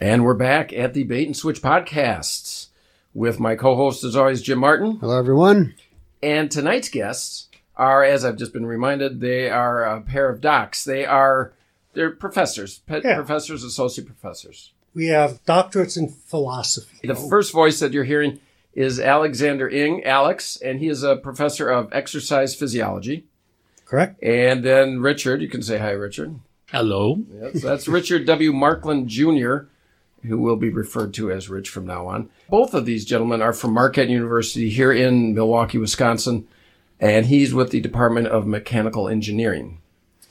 And we're back at the Bait and Switch Podcasts with my co host, as always, Jim Martin. Hello, everyone. And tonight's guests are, as I've just been reminded, they are a pair of docs. They are they're professors, pe- Yeah. professors, associate professors. We have doctorates in philosophy. The first voice that you're hearing is Alexander Ing, Alex, and he is a professor of exercise physiology. Correct? And then Richard, you can say hi, Richard. Hello. Yes, that's Richard W. Markland Jr., who will be referred to as Rich from now on. Both of these gentlemen are from Marquette University here in Milwaukee, Wisconsin, and he's with the Department of Mechanical Engineering.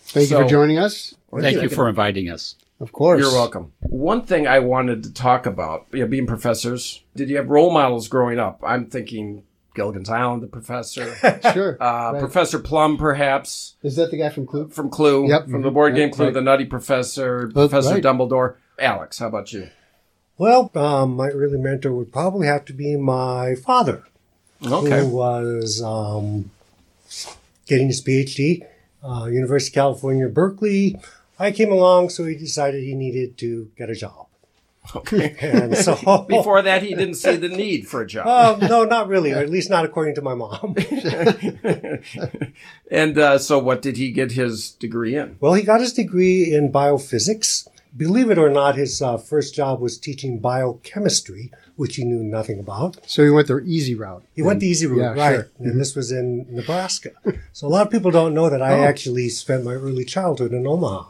Thank you So- for joining us. Thank you for inviting us. Of course. You're welcome. One thing I wanted to talk about, you know, being professors, did you have role models growing up? I'm thinking Gilligan's Island, the professor, uh, Sure. Professor Plum, perhaps, Is that the guy from Clue? from Clue, Yep. from the board Mhm. game Yep, Clue, right. the Nutty Professor, Oh, Professor right. Dumbledore. Alex, how about you? Well, um, my early mentor would probably have to be my father, who Okay. was um, getting his PhD, uh, University of California, Berkeley. I came along, so he decided he needed to get a job. Okay. And so, Before that, he didn't see the need for a job. Uh, no, not really, or at least not according to my mom. and uh, so, what did he get his degree in? Well, he got his degree in biophysics. Believe it or not, his uh, first job was teaching biochemistry, which he knew nothing about. So you went the easy route. He went the easy route, yeah, right? sure. Mm-hmm. And this was in Nebraska. So a lot of people don't know that I Oh. actually spent my early childhood in Omaha,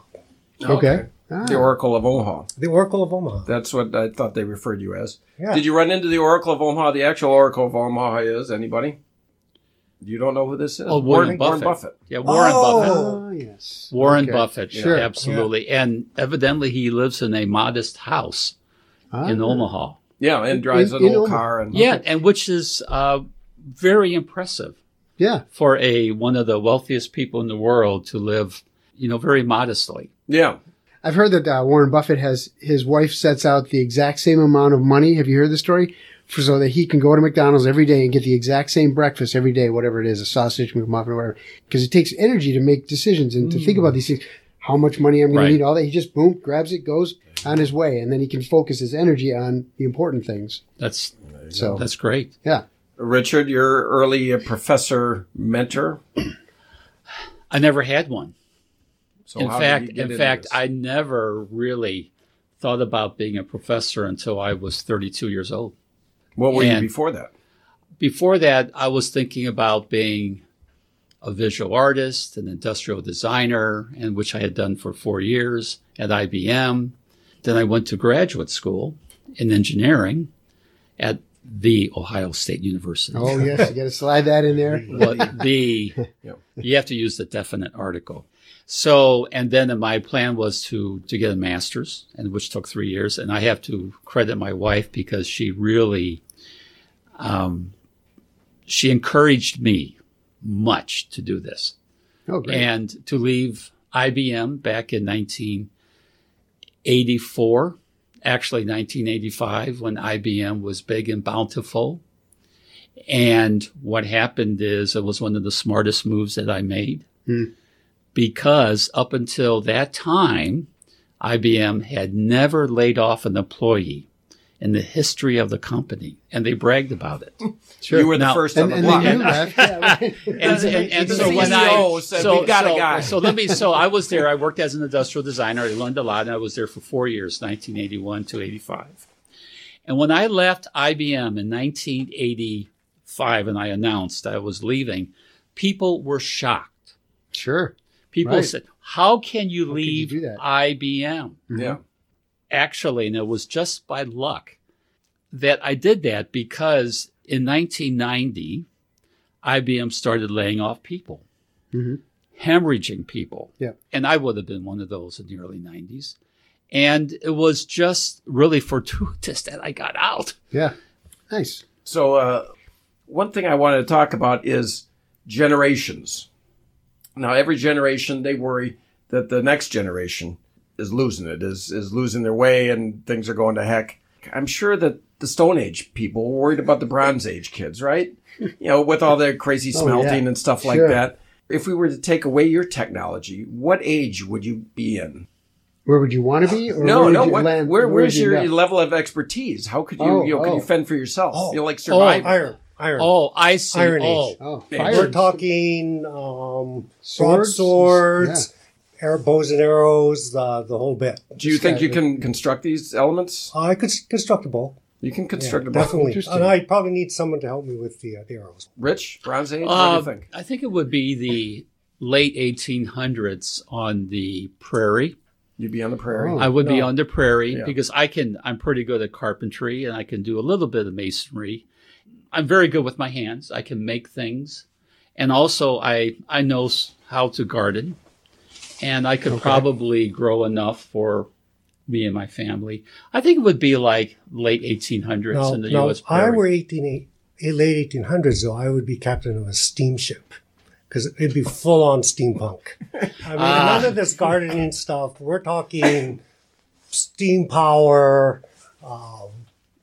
Okay. Ah. The Oracle of Omaha. the Oracle of Omaha. That's what I thought they referred you as. Yeah. Did you run into the Oracle of Omaha? The actual Oracle of Omaha is anybody? You don't know who this is? Oh, Warren Buffett. Buffett. Yeah, Warren Oh. Buffett. Ah, yes. Warren Okay. Buffett. Sure. Absolutely. And evidently, he lives in a modest house Ah. in Omaha. Yeah, and drives In- an in old Omaha. car. And Yeah, and which is uh, very impressive Yeah. for a one of the wealthiest people in the world to live, you know, very modestly. yeah. I've heard that uh, Warren Buffett has his wife sets out the exact same amount of money. Have you heard the story? For, so that he can go to McDonald's every day and get the exact same breakfast every day, whatever it is, a sausage, McMuffin, or whatever. Because it takes energy to make decisions and to think about these things. How much money I'm going Right. to need, all that. He just boom, grabs it, goes on his way, and then he can focus his energy on the important things. That's Oh. So that's great. yeah, Richard, your early uh, professor mentor. I never had one. So in how did fact, you get in into fact, this? I never really thought about being a professor until I was 32 years old. what were you and- before that? before that, I was thinking about being a visual artist, an industrial designer, and which I had done for four years at IBM. Then I went to graduate school in engineering at the Ohio State University. oh yes, you got to slide that in there. But the Yep. you have to use the definite article. So and then my plan was to to get a master's, and which took three years. And I have to credit my wife because she really, um, she encouraged me much to do this Oh great. and to leave IBM back in 1984, actually 1985, when IBM was big and bountiful. And what happened is it was one of the smartest moves that I made Hmm. because up until that time, IBM had never laid off an employee in the history of the company, and they bragged about it. Sure. You were the Now- first on and, the and block. then you left. Yeah, right. and, and, and so E when CEO I said, "We got a so, guy." so let me so I was there. I worked as an industrial designer. I learned a lot, and I was there for four years, 1981 to 85. And when I left IBM in 1985, and I announced I was leaving, people were shocked. Sure. People Right. said, "How can you could you leave do that?" IBM?" yeah. actually, and it was just by luck that I did that because in 1990, IBM started laying off people, Mm-hmm. Mhm. hemorrhaging people. Yeah. And I would have been one of those in the early 90s. And it was just really fortuitous that I got out. Yeah. Nice. So, uh, one thing I wanted to talk about is generations. Now, every generation they worry that the next generation is losing it, is is losing their way, and things are going to heck. I'm sure that the Stone Age people were worried about the Bronze Age kids, right? You know, with all their crazy Oh, smelting yeah. and stuff like Sure. that. If we were to take away your technology, what age would you be in? Where would you want to be? Or No, where no. would you What, land- where, would where's you your end up? level of expertise? How could you, Oh, you know, can oh. you fend for yourself? Oh. you know, like survive. Iron, iron. Oh, I see. Iron Age. oh, Oh, Yeah, fire. We're talking um, Swords? swords, swords arrow, bows and arrows, the, the whole bit. Do you think guy you would- can construct these elements? I could s- construct a bow. You can Yeah, construct a bow. definitely. Interesting. And I probably need someone to help me with the, uh, the arrows. Rich, Bronze Age. Uh, what do you think? I think it would be the late 1800s on the prairie. You'd be on the prairie. Oh. I would be No. on the prairie Yeah. because I can. I'm pretty good at carpentry, and I can do a little bit of masonry. I'm very good with my hands. I can make things, and also I I know s- how to garden, and I could probably grow enough for me and my family. I think it would be like late 1800s Now, in the now U.S. if I prairie. were 18, eh, late 1800s, though, I would be captain of a steamship because it'd be full on steampunk. I mean, Ah. none of this gardening stuff. We're talking steam power, um,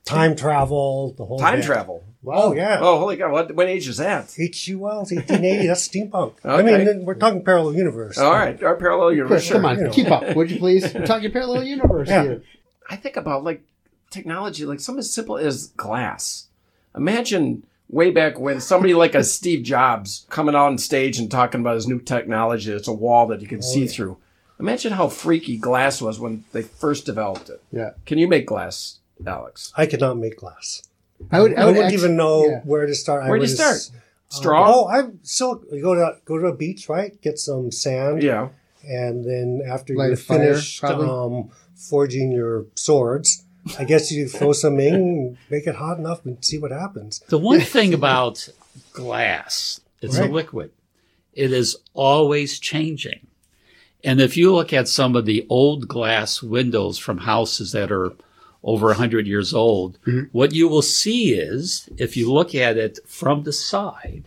time travel, the whole Time bit. travel. Oh, yeah. Oh, holy God! What, what age is that? HUL is 1880. That's steampunk. I mean, Okay. then we're talking parallel universe. All right, our parallel universe. Chris, Sure. come on, you know. keep up, would you please? We're talking parallel universe Yeah. here. I think about like technology, like something as simple as glass. Imagine way back when somebody like a Steve Jobs coming on stage and talking about his new technology. It's a wall that you can see through. Imagine how freaky glass was when they first developed it. Yeah, Can you make glass, Alex? I could not make glass. I would. I, would wouldn't actually- even know yeah. where to start. I Where'd you would start? s- Straw? Oh, I'm still you go to go to a beach, right? Get some sand. yeah. and then after Light you're a fire, finished probably. um, forging your swords, I guess you throw some in, and make it hot enough, and see what happens. The one thing about glass, it's Right. a liquid. It is always changing. And if you look at some of the old glass windows from houses that are over 100 years old, what you will see is, if you look at it from the side,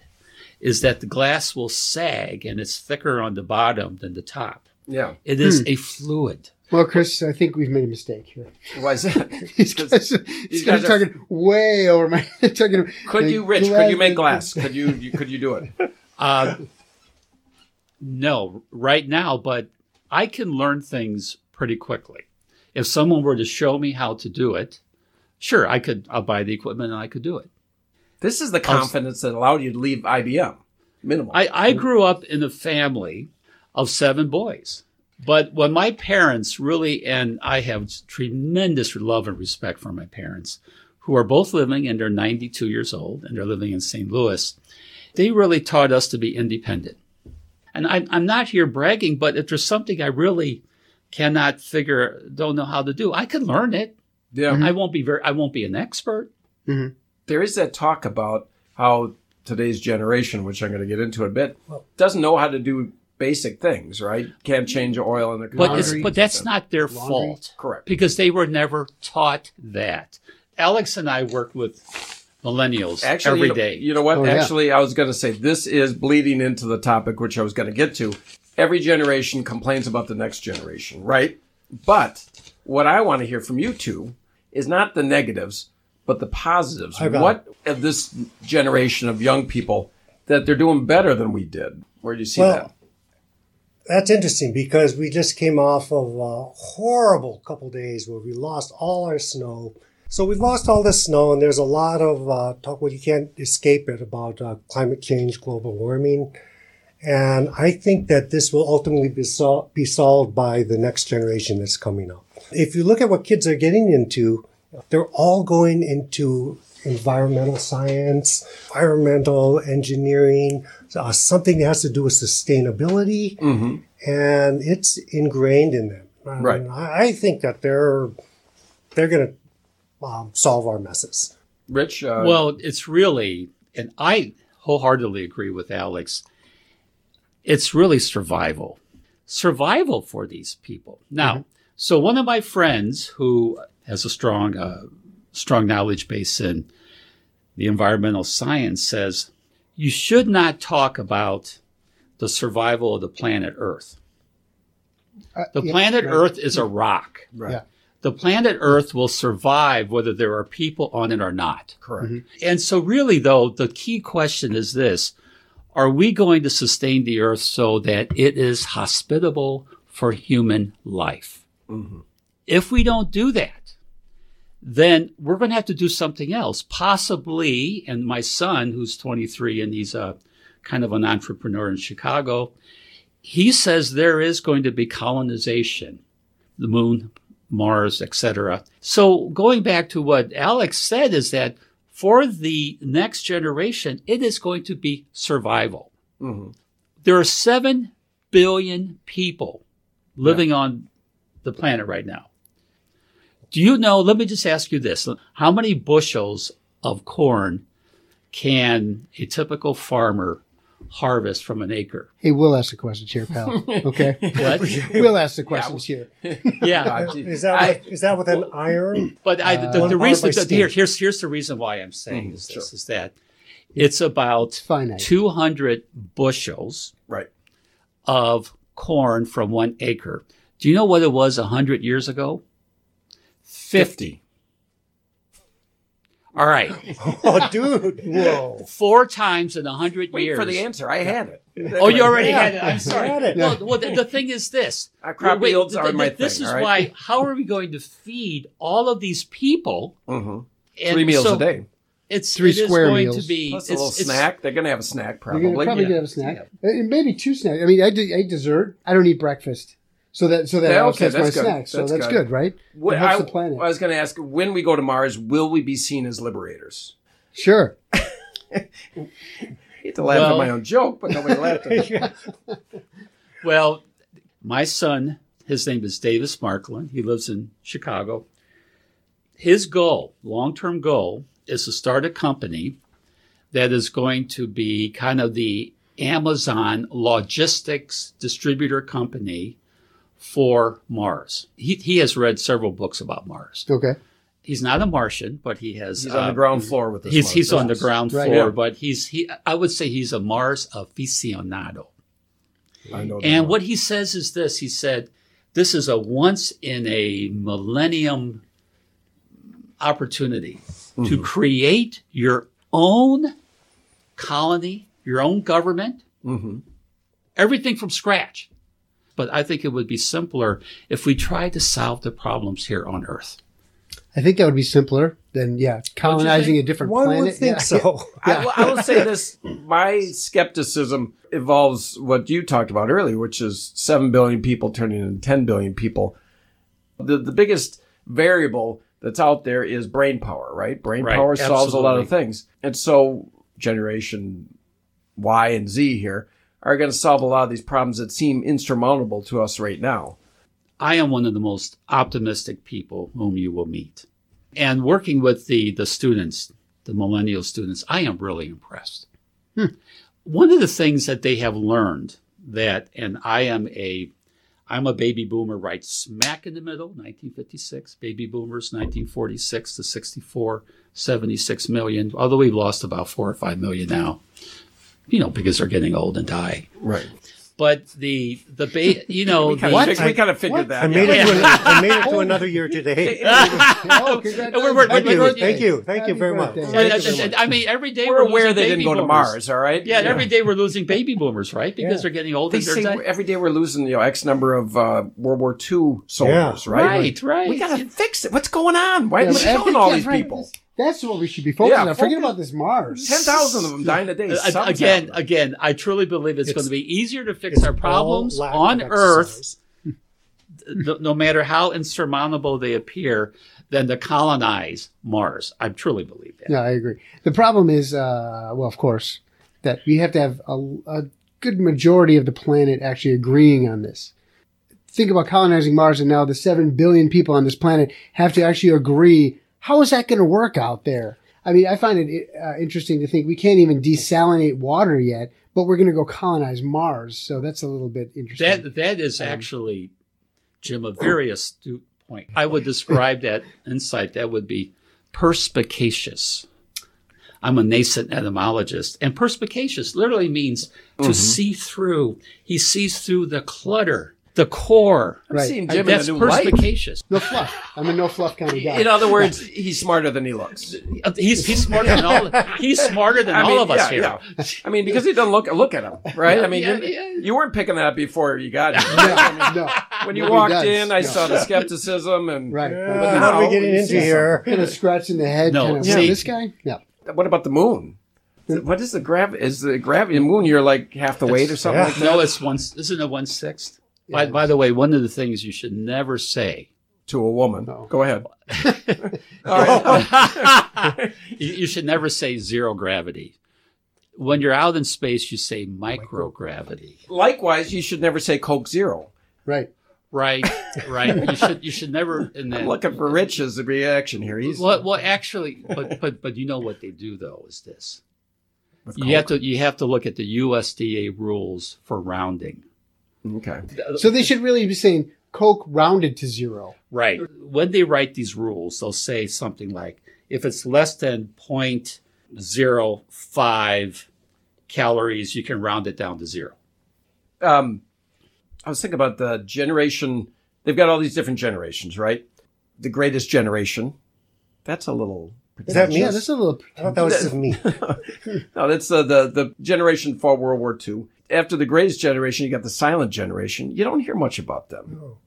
is that the glass will sag and it's thicker on the bottom than the top. Yeah. It is a fluid. Well, Chris, I think we've made a mistake here. Why is that? These guys, these these guys guys are- talking way over my. talking, Could they- you, Rich? Could you make glass? Could you? you could you do it? Uh, no, right now, but I can learn things pretty quickly. If someone were to show me how to do it, sure, I could. I'll buy the equipment and I could do it. This is the confidence that allowed you to leave IBM. Minimal. I, I grew up in a family of seven boys. But when my parents really, and I have tremendous love and respect for my parents, who are both living and they're 92 years old and they're living in St. Louis, they really taught us to be independent. And I'm, I'm not here bragging, but if there's something I really cannot figure, don't know how to do, I can learn it. yeah. I won't be very, I won't be an expert. there is that talk about how today's generation, which I'm going to get into in a bit, doesn't know how to do basic things, right? Can't change oil in the But it's, car. but that's not their fault. correct. because they were never taught that. Alex and I work with millennials Actually, you every know- day. You know what? Oh, yeah. Actually, I was going to say this is bleeding into the topic which I was going to get to. Every generation complains about the next generation, right? But what I want to hear from you two is not the negatives, but the positives. got What of this generation of young people that they're doing better than we did? Where do you see Well, that? That's interesting because we just came off of a horrible couple days where we lost all our snow. So we lost all this snow, and there's a lot of uh, talk. Well, you can't escape it about uh, climate change, global warming, and I think that this will ultimately be, sol- be solved by the next generation that's coming up. If you look at what kids are getting into, they're all going into environmental science, environmental engineering, uh, something that has to do with sustainability Mm-hmm. and it's ingrained in them. Um, Right. I, I think that they're they're going to um, solve our messes. Rich, uh, well, it's really, and I wholeheartedly agree with Alex, it's really survival. Survival for these people. Now, Mm-hmm. so one of my friends who has a strong, uh, strong knowledge base in the environmental science says you should not talk about the survival of the planet Earth. Uh, The yeah, planet right. Earth is a rock. right. yeah. The planet Earth will survive whether there are people on it or not. correct. And so, really, though, the key question is this Are we going to sustain the Earth so that it is hospitable for human life? hmm If we don't do that, then we're going to have to do something else, possibly. And my son, who's 23 and he's a kind of an entrepreneur in Chicago, he says there is going to be colonization, the moon, Mars, etc. So going back to what Alex said is that for the next generation, it is going to be survival hmm there are 7 billion people living on the planet right now. Do you know? Let me just ask you this how many bushels of corn can a typical farmer harvest from an acre? Hey, we'll ask the questions here, pal. Okay. What? we'll ask the questions here. yeah. Ah, gee. Is that I- with, is that with an iron? But I, Uh, the, the One reason, harvest here, stage. here's, here's the reason why I'm saying Mhm, is sure. this is that it's about It's finite. 200 bushels Right. of corn from one acre. Do you know what it was 100 years ago? 50. All right. Oh, dude! Whoa! Four times in 100 Wait years. for the answer. I had it. Oh, you already Yeah. had it. I'm sorry. Had it. Well, well, the, the thing is this. Uh, crop Wait, yields th- are my th- This thing, is all right? why, how are we going to feed all of these people? hmm And Three meals so a day. It's, Three it is square going meals. to be Plus a it's- little it's- snack. They're going to have a snack You're probably. gonna probably yeah. get a snack, Uh, maybe two snacks. I mean, I, do, I eat dessert. I don't eat breakfast, so that so that Yeah, okay, offsets my that's good. snacks. So That's that's, good. good, right? What- It helps I, the planet. I was going to ask when we go to Mars, will we be seen as liberators? Sure. I hate to laugh Well- at my own joke, but nobody laughed at it. Well, my son, his name is Davis Markland. He lives in Chicago. His goal, long term goal, is to start a company that is going to be kind of the Amazon logistics distributor company for Mars. He, he has read several books about Mars. Okay. He's not a Martian, but he has. He's on the uh, ground floor with this. He's, he's on the business. ground Right. floor, Yeah. but he's he. I would say he's a Mars aficionado. I know that And much. what he says is this he said, This is a once in a millennium opportunity to create your own colony, your own government, Mhm. everything from scratch. But I think it would be simpler if we tried to solve the problems here on Earth. I think that would be simpler than yeah colonizing a different One planet. would think Yeah. so. I, will- I will say this: my skepticism involves what you talked about earlier, which is seven billion people turning into ten billion people. The the biggest variable that's out there is brain power, right? Brain Right, power solves a lot of absolutely. things, and so generation Y and Z here are going to solve a lot of these problems that seem insurmountable to us right now. I am one of the most optimistic people whom you will meet. And working with the, the students, the millennial students, I am really impressed. One of the things that they have learned that, and I am a, I'm a baby boomer right smack in the middle, 1956, baby boomers, 1946 to 64, 76 million, although we've lost about four or five million now, you know, because they're getting old and die. Right. But the, the, ba- you know, We kind the- of, fig- we kind of figured What? that. I made it. yeah. To an, I made it to another year today. Oh, We're- we're- Thank Happy you. birthday. Thank you. Thank you very much. Happy And, birthday. and- and- I mean, every day We're aware losing they didn't baby go to boomers. Mars, all right? Yeah, and every day we're losing baby boomers, right? Because Yeah. they're getting older. They they're say di- every day we're losing, you know, X number of uh, World War II soldiers, right? right, right. We gotta fix it. What's going on? Why are Yeah, we but I killing think all that's these right. people? That's what we should be focusing Yeah, on. Forget focus- about this Mars. Ten thousand of them dying a day. Uh, Something's again, happening. again, I truly believe it's, It's- going to be easier to fix It's our all problems lack on of Earth, exercise. no, no matter how insurmountable they appear, than to colonize Mars. I truly believe that. No, I agree. The problem is, uh, well, of course, that we have to have a, a good majority of the planet actually agreeing on this. Think about colonizing Mars, and now the 7 billion people on this planet have to actually agree. How is that going to work out there? I mean, I find it uh, interesting to think we can't even desalinate water yet, but we're going to go colonize Mars. So that's a little bit interesting. That that is Um, actually, oh. Jim, a very astute point. I would describe that insight. That would be perspicacious. I'm a nascent etymologist, and Mm-hmm. perspicacious literally means to see through. He sees through the clutter. the core. I've Right. seen I- Jim in a That's new light. perspicacious. No fluff. I'm a no fluff kind of guy. In other words, he's smarter than he looks. He's he's smarter than all. He's smarter than I mean, all of us yeah, here. yeah. I mean, because he doesn't look look at him, right? I mean, yeah, you, yeah. you weren't picking that up before you got here. no, no. When you Nobody walked does. in, I No. saw the skepticism and Right. Yeah, how are now we getting we into see here? Kind of scratching the head. No, kind of, see- this guy? No. what about the moon? What is the grav? Is the gravity the moon? You're like half the weight or something yeah. like that. No, it's one. Isn't it one sixth? By, by the way, one of the things you should never say. to a woman. No. Go ahead. All right. you, you should never say zero gravity. When you're out in space, you say microgravity. Likewise, you should never say Coke Zero. Right. Right, right. You should you should never. I'm And then, looking for Rich's reaction here. He's well, well, actually, but but but you know what they do though is this. with You have to you have to look at the USDA rules for rounding. Coke. okay. So they should really be saying Coke rounded to zero. Right. When they write these rules, they'll say something like if it's less than 0.05 calories, you can round it down to zero. um, I was thinking about the generation. They've got all these different generations, right? The greatest generation. That's a little. Is that me? Yeah, that's a little. I thought that was just me. No, that's uh, the the generation for World War II. After the greatest generation, you got the silent generation. You don't hear much about them.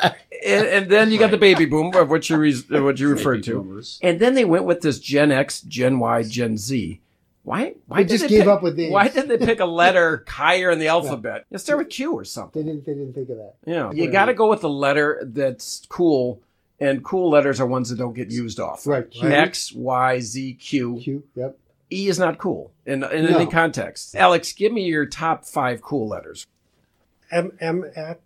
And, and then you got the baby boom, of which you re- uh, what you referred to. And then they went with this Gen X, Gen Y, Gen Z. Why? Why They did just they gave pick- up with these. Why did they pick a letter higher in the alphabet? Let's start with Q or something. They didn't. They didn't think of that. Yeah, you got to go with a letter that's cool, and cool letters are ones that don't get used often. Right. Q. X, Y, Z, Q. Q. Yep. E is not cool in, in No. any context. Alex, give me your top five cool letters. M M X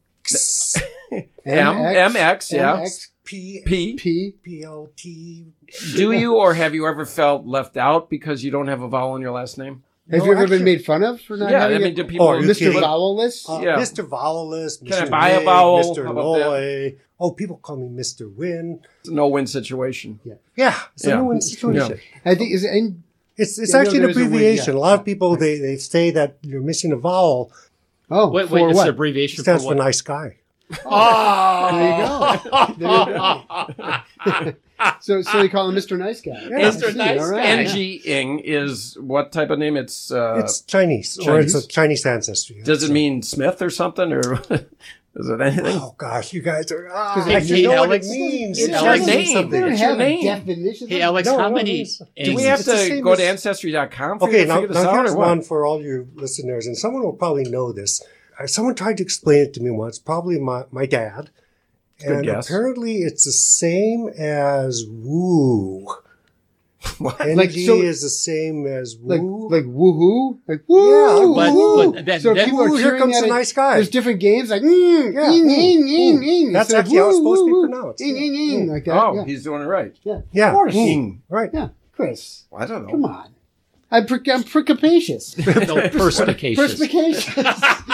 M, MX, yeah. MX, P P. P. P L T. Do you or have you ever felt left out because you don't have a vowel in your last name? Have No, you ever actually- been made fun of for not yeah, I having mean, it? do people? Or Are you Mr. kidding? Vowelless. Uh, Yeah. Mr. Vowellist, Mr. Can I buy a Wig, vowel? Mr. How about that? Noy. Oh, people call me Mr. Win. it's a no-win situation. Yeah, it's Yeah. a new institution. Yeah. I think is and It's it's Yeah, no, actually there an is a win, abbreviation. yeah. A lot of people they, they say that you're missing a vowel. oh Wait, wait, for it's an what? It abbreviation for stands for what? nice guy. there you go. There you go. so so they call him Mr. Nice Guy. I Mr. see. Nice All right. Guy. NG ing is what type of name? It's, uh, it's Chinese, or it's a Chinese? Chinese ancestry. does it mean Smith or something, or is it anything? Oh gosh, you guys are. Ah, Does it I mean should know what it Alex? means. It's It your doesn't mean name. They something. don't It's your have a name. definition. Hey, Alex, No, how no, many? it's- Do we eggs- have It's the to same go to as- ancestry.com for you Okay, to now, figure this now out, here's or what? one for all you listeners, and someone will probably know this. Uh, Someone tried to explain it to me once, probably my, my dad. a good And guess. apparently it's the same as woo. What? NG Like, so- is the same as like woo. like woohoo, like woo, but- woo. but that- so that- people Woo, are here cheering comes at the it. nice guy. There's different games like mm, Yeah, mm, mm, mm, mm, mm. That's instead of actually how woo, it's supposed to be woo, woo, pronounced. Mm, Yeah. mm, mm, like that. oh, yeah. he's doing it right. yeah, yeah. Mm, Of course. Ing. Right. yeah, Chris, I don't know. come on. I'm, per- I'm percapacious, No, perspicacious. perspicacious.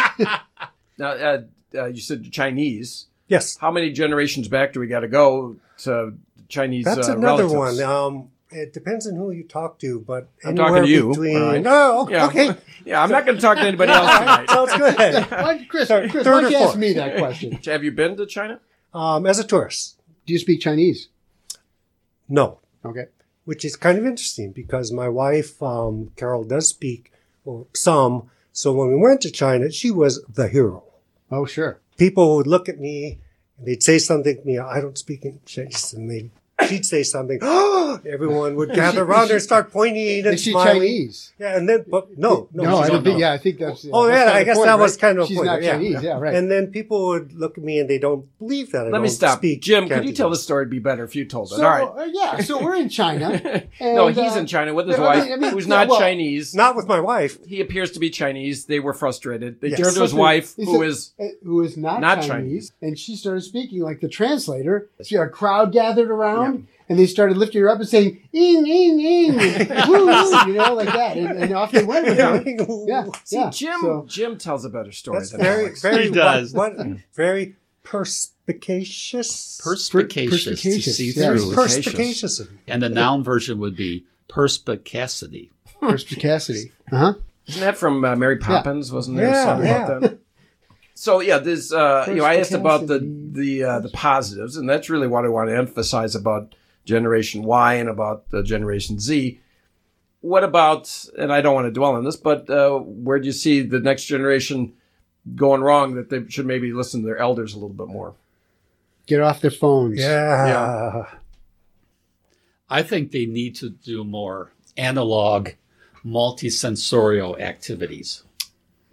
Now, uh, uh, you said Chinese. Yes. How many generations back do we got to go to Chinese That's uh, another relatives? one. Um, it depends on who you talk to, but I'm talking to anywhere you, Between, all right. Oh, Yeah. okay. Yeah, I'm not going to talk to anybody else All right, tonight. Sounds good. Why, Chris, Third- Chris, third why'd or you ask fourth? me that question? Have you been to China? Um, as a tourist, Do you speak Chinese? no. Okay, which is kind of interesting because my wife um, Carol does speak well, some. So when we went to China, she was the hero. oh sure. People would look at me and they'd say something to me. I don't speak in Chinese, and they she'd say something. Everyone would gather around her and start pointing and Is she smiling. Chinese? Yeah, and then but no, Oh, no, I she's don't not. think. Yeah, I think that's. Oh, that's yeah, kind I of guess point, that was right? kind of a She's point, not yeah. Chinese. Yeah, right. And then people would look at me and they don't believe that. I Let me don't stop. Speak Jim, could you Cantonese. tell the story? It'd be better if you told it. So, All right. uh, yeah, so we're in China. no, and, he's uh, in China with his I mean- wife, I mean, who's yeah, not well, Chinese. Not with my wife. he appears to be Chinese. They were frustrated. They Yes. turned to his Listen, wife, he who said- is uh, who is not, not Chinese, Chinese. and she started speaking like the translator. She a crowd gathered around, and they started lifting her up and saying "ing ing ing," woo, woo, you know, like that, and, and off they went with her. Yeah, See, yeah. Jim. So, Jim tells a better story That's than very, Alex. very, He does. What, what- very perspicacious. Perspicacious, to Perspicacious, see yes. through. perspicacious. And the noun version would be perspicacity. perspicacity. Uh huh. Isn't that from uh, Mary Poppins? Wasn't there Yeah, something about that? So yeah, this uh, you know I asked about the Perspicacity. the uh, the positives, and that's really what I want to emphasize about Generation Y and about uh, Generation Z. What about? And I don't want to dwell on this, but uh, where do you see the next generation going wrong? That they should maybe listen to their elders a little bit more. Get off their phones. Yeah. I think they need to do more analog, multisensorial activities.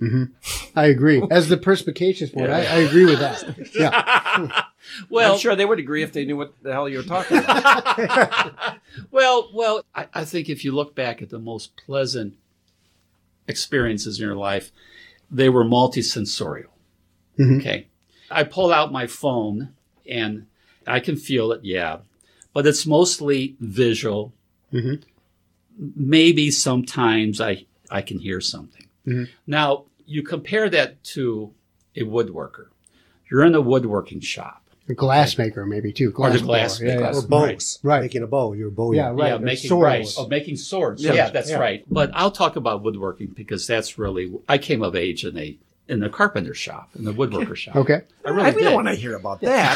Mm-hmm. I agree. As the perspicacious one, I, I agree with that. Yeah. Well, I'm sure they would agree if they knew what the hell you were talking about. well, well. I, I think if you look back at the most pleasant experiences in your life, they were multisensorial. Mhm. Okay, I pull out my phone and I can feel it. Yeah, but it's mostly visual. Mhm. Maybe sometimes I I can hear something. Mhm. Now you compare that to a woodworker. You're in a woodworking shop. A glass maker, maybe too. Or Glass the glass blower. Yeah, yeah. maker. Or Right. bows. Right. Making a bow. You're a bow. Yeah, right. yeah, or making swords. right. Oh, making swords. Yeah. Yeah, that's Yeah. right. But I'll talk about woodworking because that's really I came of age in a in the carpenter shop in the woodworker shop. Okay. I really I we did. don't want to hear about that.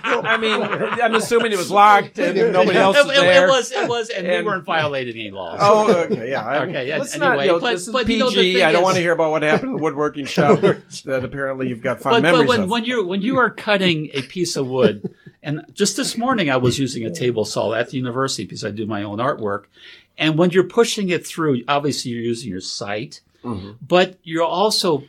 I mean, I'm assuming it was locked and nobody else it, was it- it there. was it was and, And- we weren't violating any laws. Oh, okay, yeah. I- Okay, yeah, Let's not, anyway, you know, but- this is but, PG. you know, the thing I don't is- want to hear about what happened in the woodworking shop that apparently you've got fond but, memories but when, of. when you're when you are cutting a piece of wood and just this morning i was using a table saw at the university because i do my own artwork and when you're pushing it through obviously you're using your sight Mm-hmm. but you're also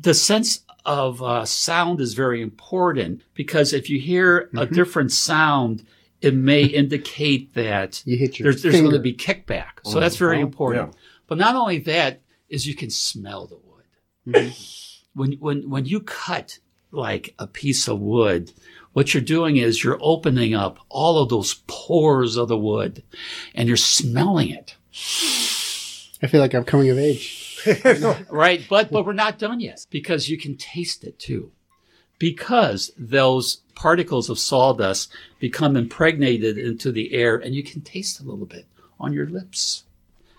the sense of uh, sound is very important because if you hear a Mm-hmm. different sound it may indicate that You hit your there's, there's finger. Uh-huh. going to be kickback. So that's very important. Yeah. But not only that is you can smell the wood. Mm-hmm. when when when you cut like a piece of wood, what you're doing is you're opening up all of those pores of the wood, and you're smelling it. I feel like I'm coming of age. Right. But but we're not done yet because you can taste it too. Because those particles of sawdust become impregnated into the air and you can taste a little bit on your lips.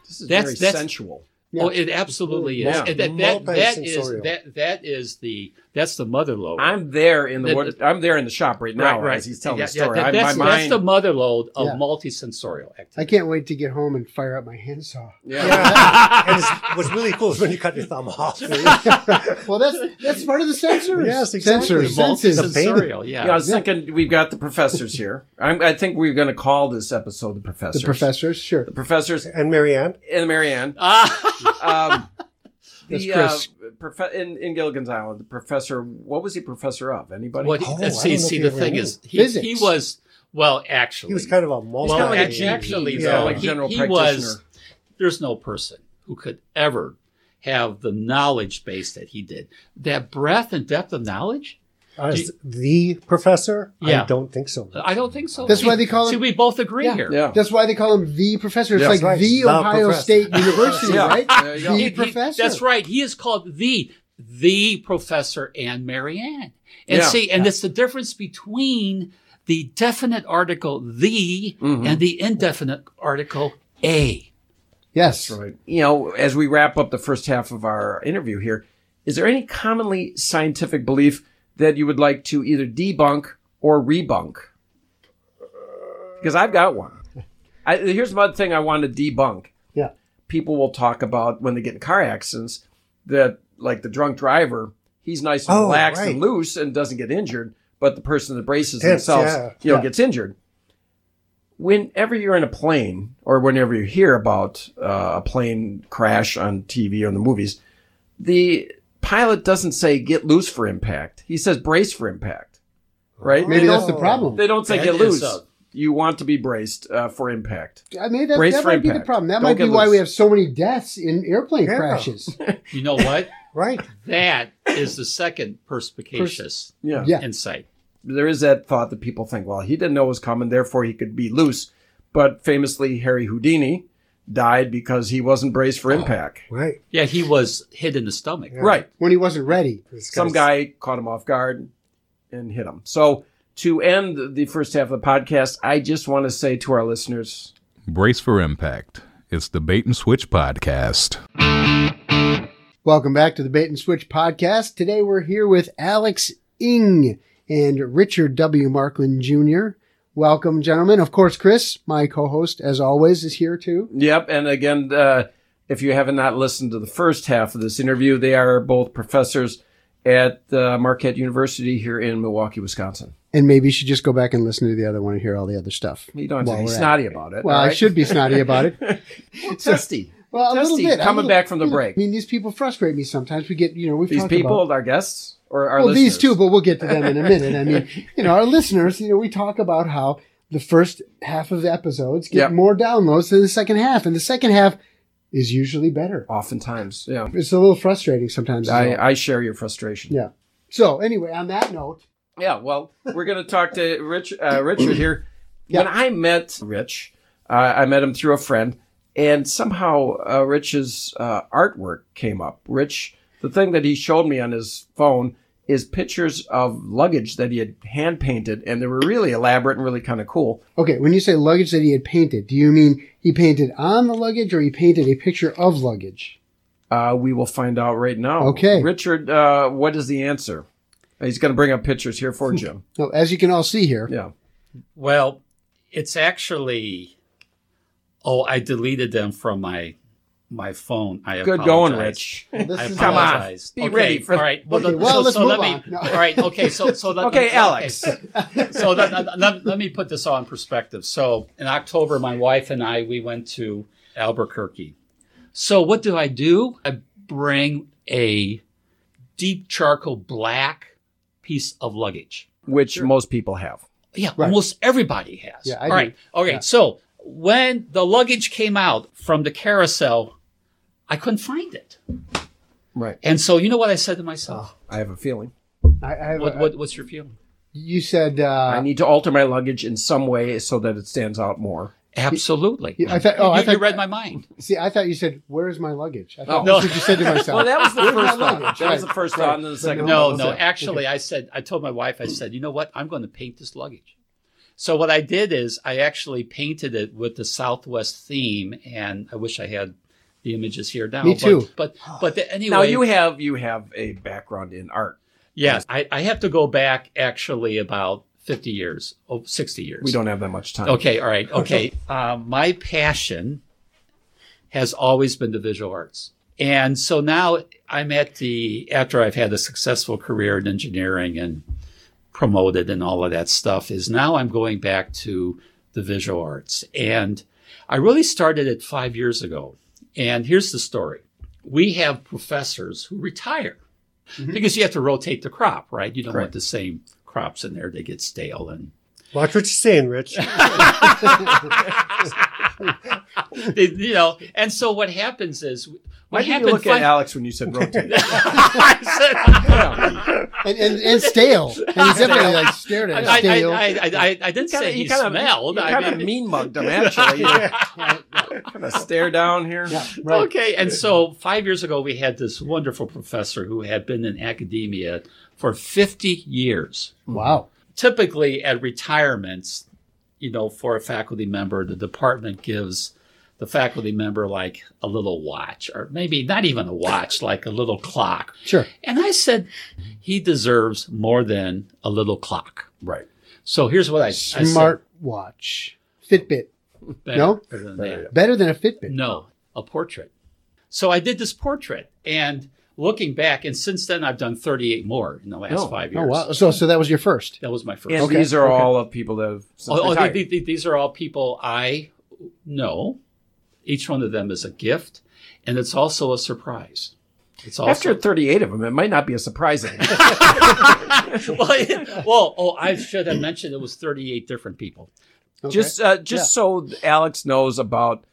This is that's- very that's- sensual. Oh, it absolutely is. Yeah. And that, that, that is Multisensorial. that that is the that's the mother load. I'm there in the That- wood, I'm there in the shop right now as he's telling Yeah, the story. yeah, that- I, that's, my that's mind, the mother load of Yeah. multisensorial activity. I can't wait to get home and fire up my handsaw. yeah. and it's, what's really cool is when you cut your thumb off. Well, that's that's part of the sensors. Yes, exactly. Sensors, senses. Multisensorial, yeah. Yeah, I was thinking we've got the professors here. I'm, I think we're going to call this episode the The professors. professors, sure. The professors and Marianne. and Marianne. Ah, Um, That's the Chris. Uh, prof- in, in Gilligan's Island, the professor. What was he professor of? Anybody? what, he- Oh, I see, don't know see if the you thing knew. is, he, Physics. he was well, actually, He was kind of a multi. well, like a actually, actually, though, no, like he- general he was. practitioner. There's no person who could ever have the knowledge base that he did. That breadth and depth of knowledge, As the professor? Yeah. Uh, I don't think so. I don't think so. That's why they call See, him- we both agree Yeah. here. Yeah. That's why they call him the professor. It's Yeah. like That's right. the, The Ohio professor. State University, Yeah. right? There you go. The He- He- he- professor. that's right. He is called the the professor and Marianne. And Yeah. see, and it's the difference between the definite article the Mm-hmm. and the indefinite article a. Yes. Right. You know, as we wrap up the first half of our interview here, is there any commonly scientific belief that you would like to either debunk or rebunk? Because I've got one. I, here's another thing I want to debunk. Yeah. People will talk about when they get in car accidents that, like the drunk driver, he's nice and Oh, relaxed right. and loose and doesn't get injured, but the person that braces Tense, themselves, yeah. you know, Yeah. gets injured whenever you're in a plane or whenever you hear about uh, a plane crash on TV or in the movies, the pilot doesn't say get loose for impact. He says brace for impact, right? Maybe they, that's the Oh. problem. don't, they don't say That get is loose. a- you want to be braced uh, for impact. I mean, that, Brace that for might be the impact. problem. That Don't might be get why loose. we have so many deaths in airplane Yeah. crashes. You know what? Right. that is the second perspicacious Yeah. Yeah. insight. There is that thought that people think, well, he didn't know it was coming, therefore he could be loose. But famously, Harry Houdini died because he wasn't braced Oh, for impact. Right. Yeah, he was hit in the stomach. Right. when he wasn't ready. This some guy's- guy caught him off guard and hit him. So to end the first half of the podcast, I just want to say to our listeners, Brace for Impact. It's the Bait and Switch Podcast. Welcome back to the Bait and Switch podcast. Today we're here with Alex Ing and Richard W. Markland Jr. Welcome, gentlemen. Of course, Chris, my co-host, as always, is here too. Yep. And again, uh, if you have not listened to the first half of this interview, they are both professors at uh, Marquette University here in Milwaukee, Wisconsin. And maybe you should just go back and listen to the other one and hear all the other stuff. You don't have While to be we're at snotty about it. Well, all I right? should be snotty about it. Well, testy. Well, a little Testy, bit. a coming little- back from the you know, break. I mean, these people frustrate me sometimes. We get, you know, we've These talked people, about- our guests, or our well, listeners? these two, but we'll get to them in a minute. I mean, you know, our listeners, you know, we talk about how the first half of the episodes get Yep. more downloads than the second half, and the second half is usually better. Oftentimes, yeah. It's a little frustrating sometimes. as well. I, I share your frustration. yeah. So anyway, on that note, Yeah, well, we're going to talk to Rich, uh, Richard here. Yeah. When I met Rich, uh, I met him through a friend, and somehow uh, Rich's uh, artwork came up. Rich, the thing that he showed me on his phone is pictures of luggage that he had hand painted, and they were really elaborate and really kind of cool. okay, when you say luggage that he had painted, do you mean he painted on the luggage or he painted a picture of luggage? Uh, we will find out right now. Okay. Richard, uh, what is the answer? He's going to bring up pictures here for Jim. So as you can all see here, Yeah. Well, it's actually oh, I deleted them from my my phone. I Good going, apologize. Rich. this I is Come on. apologize. Be ready for- all right. Well, Okay, th- well, so, let's so move let me. on. No. All right. Okay. So so let, Okay, Alex. so let, let- let- let me put this all in perspective. So in October, my wife and I we went to Albuquerque. So what do I do? I bring a deep charcoal black piece of luggage. Which most people have. Yeah, Right. almost everybody has. Yeah, I All do. right. Okay. Yeah. So when the luggage came out from the carousel, I couldn't find it. Right. And so you know what I said to myself? I have a feeling. I, I have what, a- what, what's your feeling? you said uh, I need to alter my luggage in some way so that it stands out more. Absolutely. Yeah, I thought- oh, you, I you thought- read my mind. See, I thought you said, "Where's my luggage?" I thought No. that's what you said to myself. Well, that was the first my thought. luggage? That was the Right, first right. thought, and then the second No, thought. No, was no. it. Actually, I said I told my wife. I said, you know what? I'm going to paint this luggage. So what I did is I actually painted it with the Southwest theme, and I wish I had the images here now. Me too. But but, but the- anyway, Now you have you have a background in art. Yes, I, I have to go back actually about 50 years, oh, 60 years. We don't have that much time. Okay, all right. Okay. uh, my passion has always been the visual arts. And so now I'm at the, after I've had a successful career in engineering and promoted and all of that stuff, is now I'm going back to the visual arts. And I really started it five years ago. And here's the story we have professors who retire because you have to rotate the crop, right? You don't want Mm-hmm. Correct. the same crops in there, they get stale and Watch what you're saying, Rich. They- you know, and so what happens is what Why did happened you look fin- at Alex when you said rotate? I, And, and, and stale. And everybody like stared at us. said, I, Stale. I, I, I, I didn't say he smelled. I kind of mean- mean mugged him actually. kind of stare down here. yeah, right. Okay, and so five years ago, we had this wonderful professor who had been in academia for 50 years. Wow. typically at retirements, you know, for a faculty member, the department gives the faculty member like a little watch, or maybe not even a watch, like a little clock. Sure. And I said, he deserves more than a little clock. Right. So here's what I, I said. Smart watch. Fitbit. Better- no? better than that. Better than a Fitbit. No, a portrait. So I did this portrait, and looking back, and since then I've done 38 more in the last Oh, five Oh years. wow. So so that was your first. That was my first. And Okay, these are okay. all of people that have since Oh, oh, retired. the- the- these are all people I know. Each one of them is a gift, and it's also a surprise. It's also After 38 of them, it might not be a surprising. well, I- well, oh, I should have mentioned it was 38 different people. Okay. Just uh, just so Alex knows about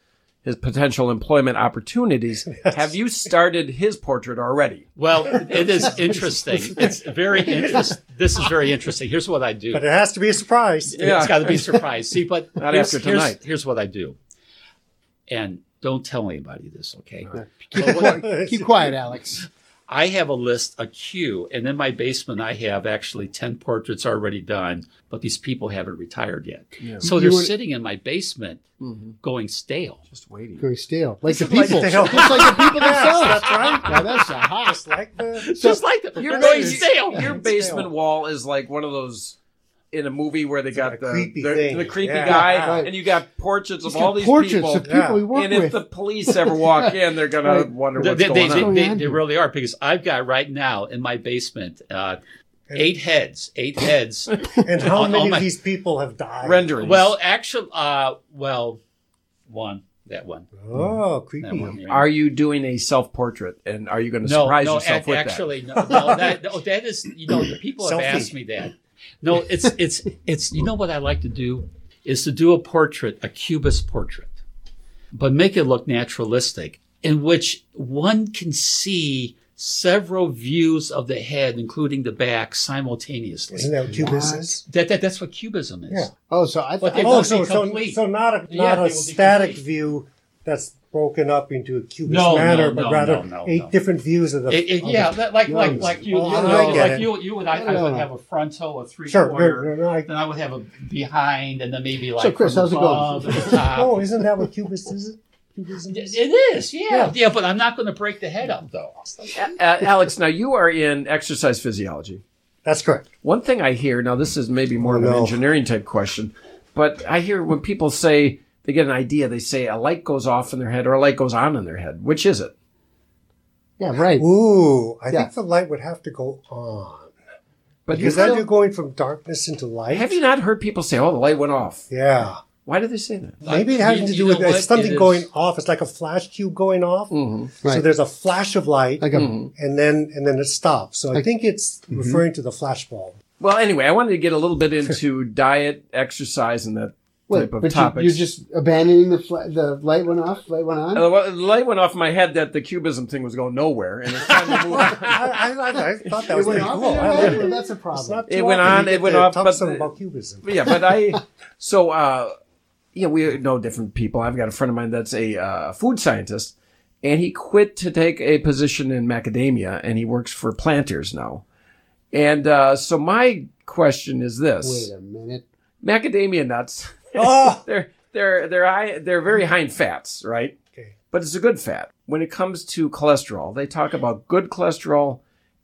his potential employment opportunities, have you started his portrait already? Well, it is interesting. It's very interesting. This is very interesting. Here's what I do. but it has to be a surprise. Yeah. It's got to be a surprise. See, but Not here's, after here's- tonight. here's what I do, and don't tell anybody this, okay? keep, it quiet. keep quiet, Alex. I have a list, a queue, and in my basement, I have actually 10 portraits already done, but these people haven't retired yet. Yeah. So You they're would- sitting in my basement Mhm. going stale. Just waiting. Going stale. Like the Like people. the Just hell. like the people themselves. that's right. Now, that's a hot. Just like the So- Just like that. Your They're going basement- stale. Your It's basement still- wall is like one of those in a movie where they got like a the creepy the, thing. the creepy Yeah. guy, Yeah. and you got portraits He's of all got these portraits people. of people Yeah. we work and if with. the police ever walk in, they're gonna Right. wonder They, what's they, going they- on. What's they- going on they here? really are because I've got right now in my basement uh, eight heads, eight heads. and how All- all many my- of these people have died? Renderings. well, actually, uh, well, one, that one. Oh, That creepy. one yeah. are you doing a self portrait, and are you going to no, surprise no, yourself ac- with actually, no, no, that, no, that is, you know, the people have Selfie. asked me that. No, it's, it's, it's, you know what I like to do is to do a portrait, a cubist portrait, but make it look naturalistic in which one can see several views of the head, including the back simultaneously. Isn't that what Cubis is? That, that, that's what cubism is. Yeah. Oh, so I But thought. they Oh, won't so, be so, complete. so not a not Yeah, they will a be static complete. view that's broken up into a cubist No, no, manner, no, but no, rather no, eight no. different views of the. It- it- of the- yeah, like like like, Yes. like you, Oh, you, I know, get like it. you, you and I, I Yeah. would have a frontal, a three sure. quarter, no, no, I- then I would have a behind, and then maybe like. So, Chris, from how's it going? above and top. oh, isn't that what cubist is? Cubism is? It is, yeah, yeah, Yeah. But I'm not going to break the head up though. that? A- Alex, now you are in exercise physiology. That's correct. One thing I hear now, this is maybe more of an no. engineering type question, but I hear when people say they get an idea, they say a light goes off in their head or a light goes on in their head. Which is it? Yeah, right. Ooh, I Yeah. think the light would have to go on But you because then still- you're going from darkness into light. have you not heard people say, "Oh, the light went off"? Yeah, Why do they say that? maybe it Like, has you- to you do know with what? it's something It is- going off. It's like a flash cube going off. Mm, So Right. there's a flash of light, Like a and then and then it stops. So I Like- think it's referring to the flash bulb. Well, anyway, I wanted to get a little bit into diet, exercise, and that Wait, type of but topics. You, you're just abandoning the fla- the light went off, light went on. Uh, well, the light went off in my head that the cubism thing was going nowhere, and it's time to move on. I, I, I, I thought that it was went pretty off. cool. in your I head? like Well, that's a problem. It's not It too went often on, you get it went to off, Talk but something the- about cubism. But yeah, but I so uh yeah, we know different people. I've got a friend of mine that's a uh, food scientist, and he quit to take a position in macadamia, and he works for planters now. And uh, so my question is this: Wait a minute. macadamia nuts, Oh, they're they're they're high, they're very high in fats, right? okay. But it's a good fat. When it comes to cholesterol, they talk about good cholesterol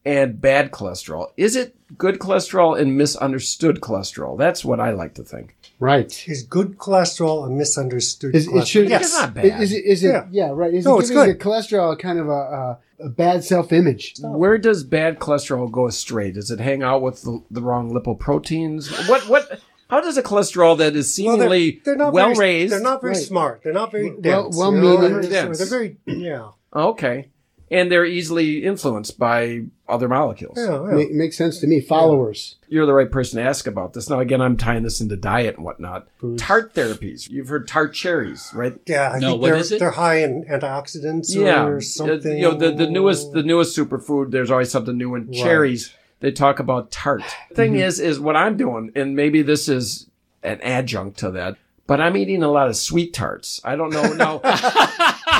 and bad cholesterol. Is it good cholesterol and misunderstood cholesterol? That's what I like to think. Right. Is good cholesterol a misunderstood Is- it cholesterol? It's should- yes. not I- bad. Is, it? Is it? Yeah. Yeah. right. Is No, it it's giving good. the cholesterol kind of a, a, a bad self image? Where does bad cholesterol go astray? Does it hang out with the, the wrong lipoproteins? What what? How does a cholesterol that is Well, they're- seemingly they're not well very, raised? They're not very Right. smart. They're not very Well- dense. well you know, meaning. they're, Dense. they're very yeah. okay, and they're easily influenced by other molecules. Yeah, yeah. Make, makes sense to me. Followers. You're the right person to ask about this. Now, again, I'm tying this into diet and whatnot. Tart therapies. You've heard tart cherries, right? Yeah, I No, think what they're, is it? they're high in antioxidants or Uh, something. You know, the, the newest the newest superfood, there's always something new in cherries. They talk about tart. Thing Mm-hmm. is, is what I'm doing, and maybe this is an adjunct to that, but I'm eating a lot of sweet tarts. I don't know now.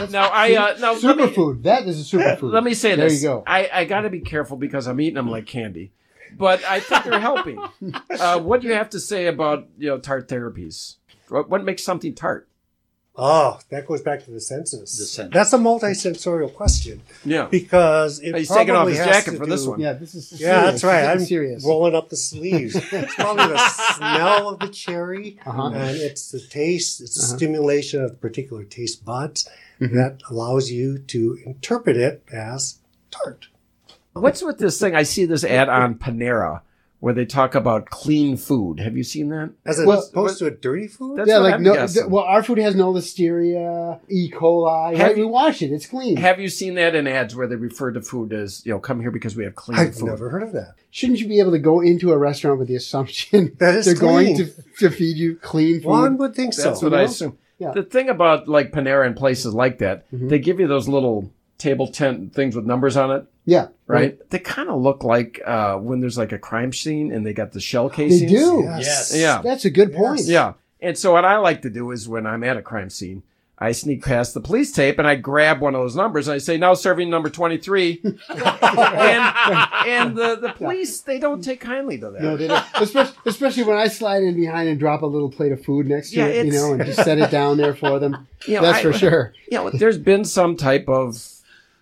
now I uh, now let me, Superfood. That is a superfood. let me say there this. you go. I, I got to be careful because I'm eating them like candy, but I think they're helping. uh, what do you have to say about you know tart therapies? What, what makes something tart? Oh, that goes back to the senses. The senses. That's a multisensorial question Yeah, because it he's probably taking off his has jacket to for do- this one. Yeah, this is. Yeah, serious. that's right. This is I'm serious. rolling up the sleeves. It's probably the smell of the cherry, Uh-huh. and it's the taste. It's the stimulation of particular taste buds that allows you to interpret it as tart. What's with this thing? I see this ad on Panera where they talk about clean food. Have you seen that? As Well, opposed to a dirty food? That's yeah, what like I'm no. guessing. th- well, our food has no listeria, E. coli. Have Right? you- we wash it. It's clean. Have you seen that in ads where they refer to food as, you know, come here because we have clean I've food? never heard of that. Shouldn't you be able to go into a restaurant with the assumption That is they're going clean. to, to feed you clean food? One would think That's so. what you I know? assume. Yeah. The thing about like Panera and places like that, Mhm. they give you those little table tent things with numbers on it, yeah, right? They kind of look like uh, when there's like a crime scene and they got the shell They casings. do. Yes. Yeah. That's a good Yes. point. Yeah. And so what I like to do is when I'm at a crime scene, I sneak past the police tape and I grab one of those numbers and I say, now serving number 23. and and the, the police, they don't take kindly to that. No, they don't. especially, especially when I slide in behind and drop a little plate of food next to Yeah, it, you it's- know, and just set it down there for them. You know, That's I- for sure. you know, there's been some type of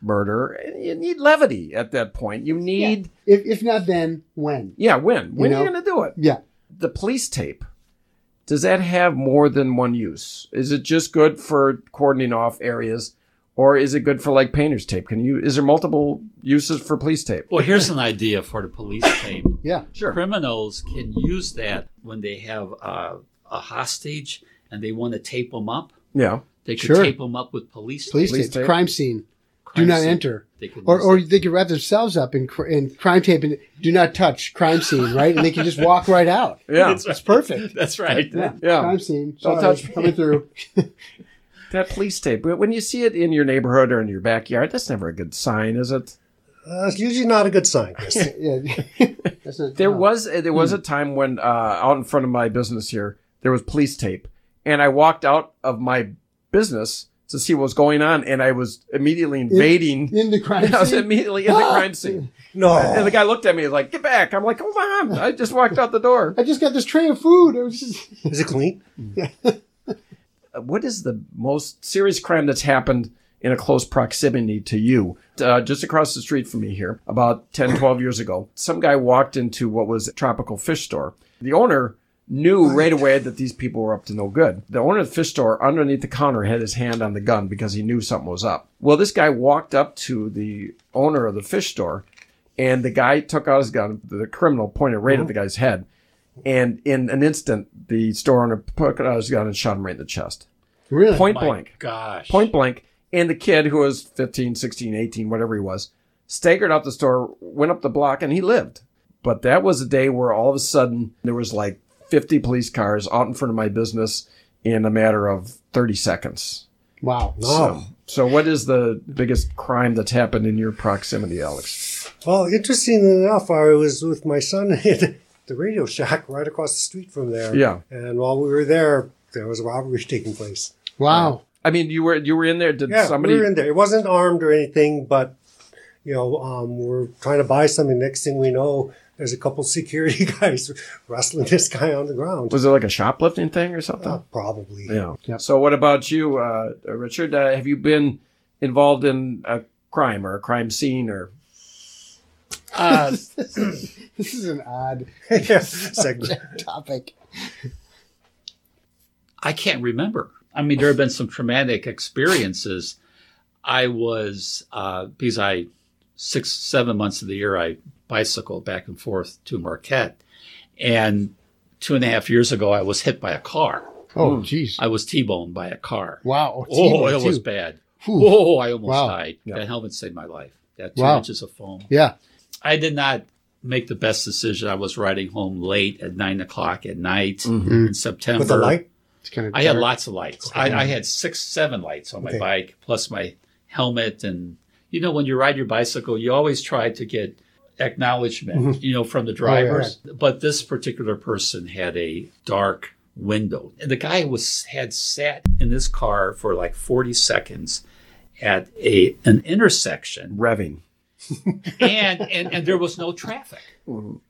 murder. and You need levity at that point. You need, If, if not then, when? yeah, when? When You are you know? going to do it? Yeah. The police tape, does that have more than one use? Is it just good for cordoning off areas? Or is it good for like painter's tape? Can you? Is there multiple uses for police tape? Well, here's an idea for the police tape. Yeah. Sure. Criminals can use that when they have uh, a hostage and they want to tape them up. Yeah. They could Sure. tape them up with police. Police, Police tape, tape. crime scene. crime do not scene. enter. They could Or, use or that. they could wrap themselves up in, cr- in crime tape and do not touch crime scene, right? And they can just walk right out. Yeah. It's perfect. That's right. Yeah. Yeah. Crime scene. Don't Sorry, touch me. coming through. That police tape, but when you see it in your neighborhood or in your backyard, that's never a good sign, is it? Uh, it's usually not a good sign, Chris. Yeah. That's not, There no. was there was a time when uh, out in front of my business here, there was police tape, and I walked out of my business to see what was going on, and I was immediately invading. in the crime I was scene. immediately in the crime scene, and the no. guy looked at me he was like, "Get back!" I'm like, "Hold on, I just walked out the door." I just got this tray of food. It was just, Is it clean? Uh, What is the most serious crime that's happened in a close proximity to you? Uh, just across the street from me here, about 10, 12 years ago, some guy walked into what was a tropical fish store. The owner knew right away that these people were up to no good. The owner of the fish store, underneath the counter, had his hand on the gun because he knew something was up. Well, this guy walked up to the owner of the fish store, and the guy took out his gun. The criminal pointed right at the guy's head. And in an instant, the store owner put out his gun and shot him right in the chest really. point My blank Gosh. point blank and the kid who was 15 16 18 whatever he was staggered out the store went up the block and he lived but that was a day where all of a sudden there was like 50 police cars out in front of my business in a matter of 30 seconds Wow. No. so what is the biggest crime that's happened in your proximity alex Well, interestingly enough, I was with my son at the Radio Shack right across the street from there. Yeah. And while we were there, there was a robbery taking place. Wow. i mean you were you were in there did Yeah, somebody we were in there. It wasn't armed or anything, but you know, um, we're trying to buy something. Next thing we know, there's a couple security guys wrestling this guy on the ground. was it like a shoplifting thing or something Uh, probably. yeah Yep. so what about you uh, richard uh, have you been involved in a crime or a crime scene or Uh, This is an odd yeah. Segment. topic. I can't remember. I mean, there have been some traumatic experiences. I was uh, because I six seven months of the year I bicycle back and forth to Marquette, and two and a half years ago I was hit by a car. Oh, jeez. I was t-boned by a car. Wow. Oh, it T-bone, was too. bad. Whew. Oh, I almost Wow. died. Yeah. That helmet saved my life. That two Wow. inches of foam. Yeah. I did not make the best decision. I was riding home late at nine o'clock at night in September. With a light? It's kind of I had lots of lights. I, I had six, seven lights on my Okay. bike, plus my helmet. And, you know, when you ride your bicycle, you always try to get acknowledgment you know, from the drivers. But this particular person had a dark window. And the guy was had sat in this car for like 40 seconds at a an intersection revving and, and and there was no traffic. Well,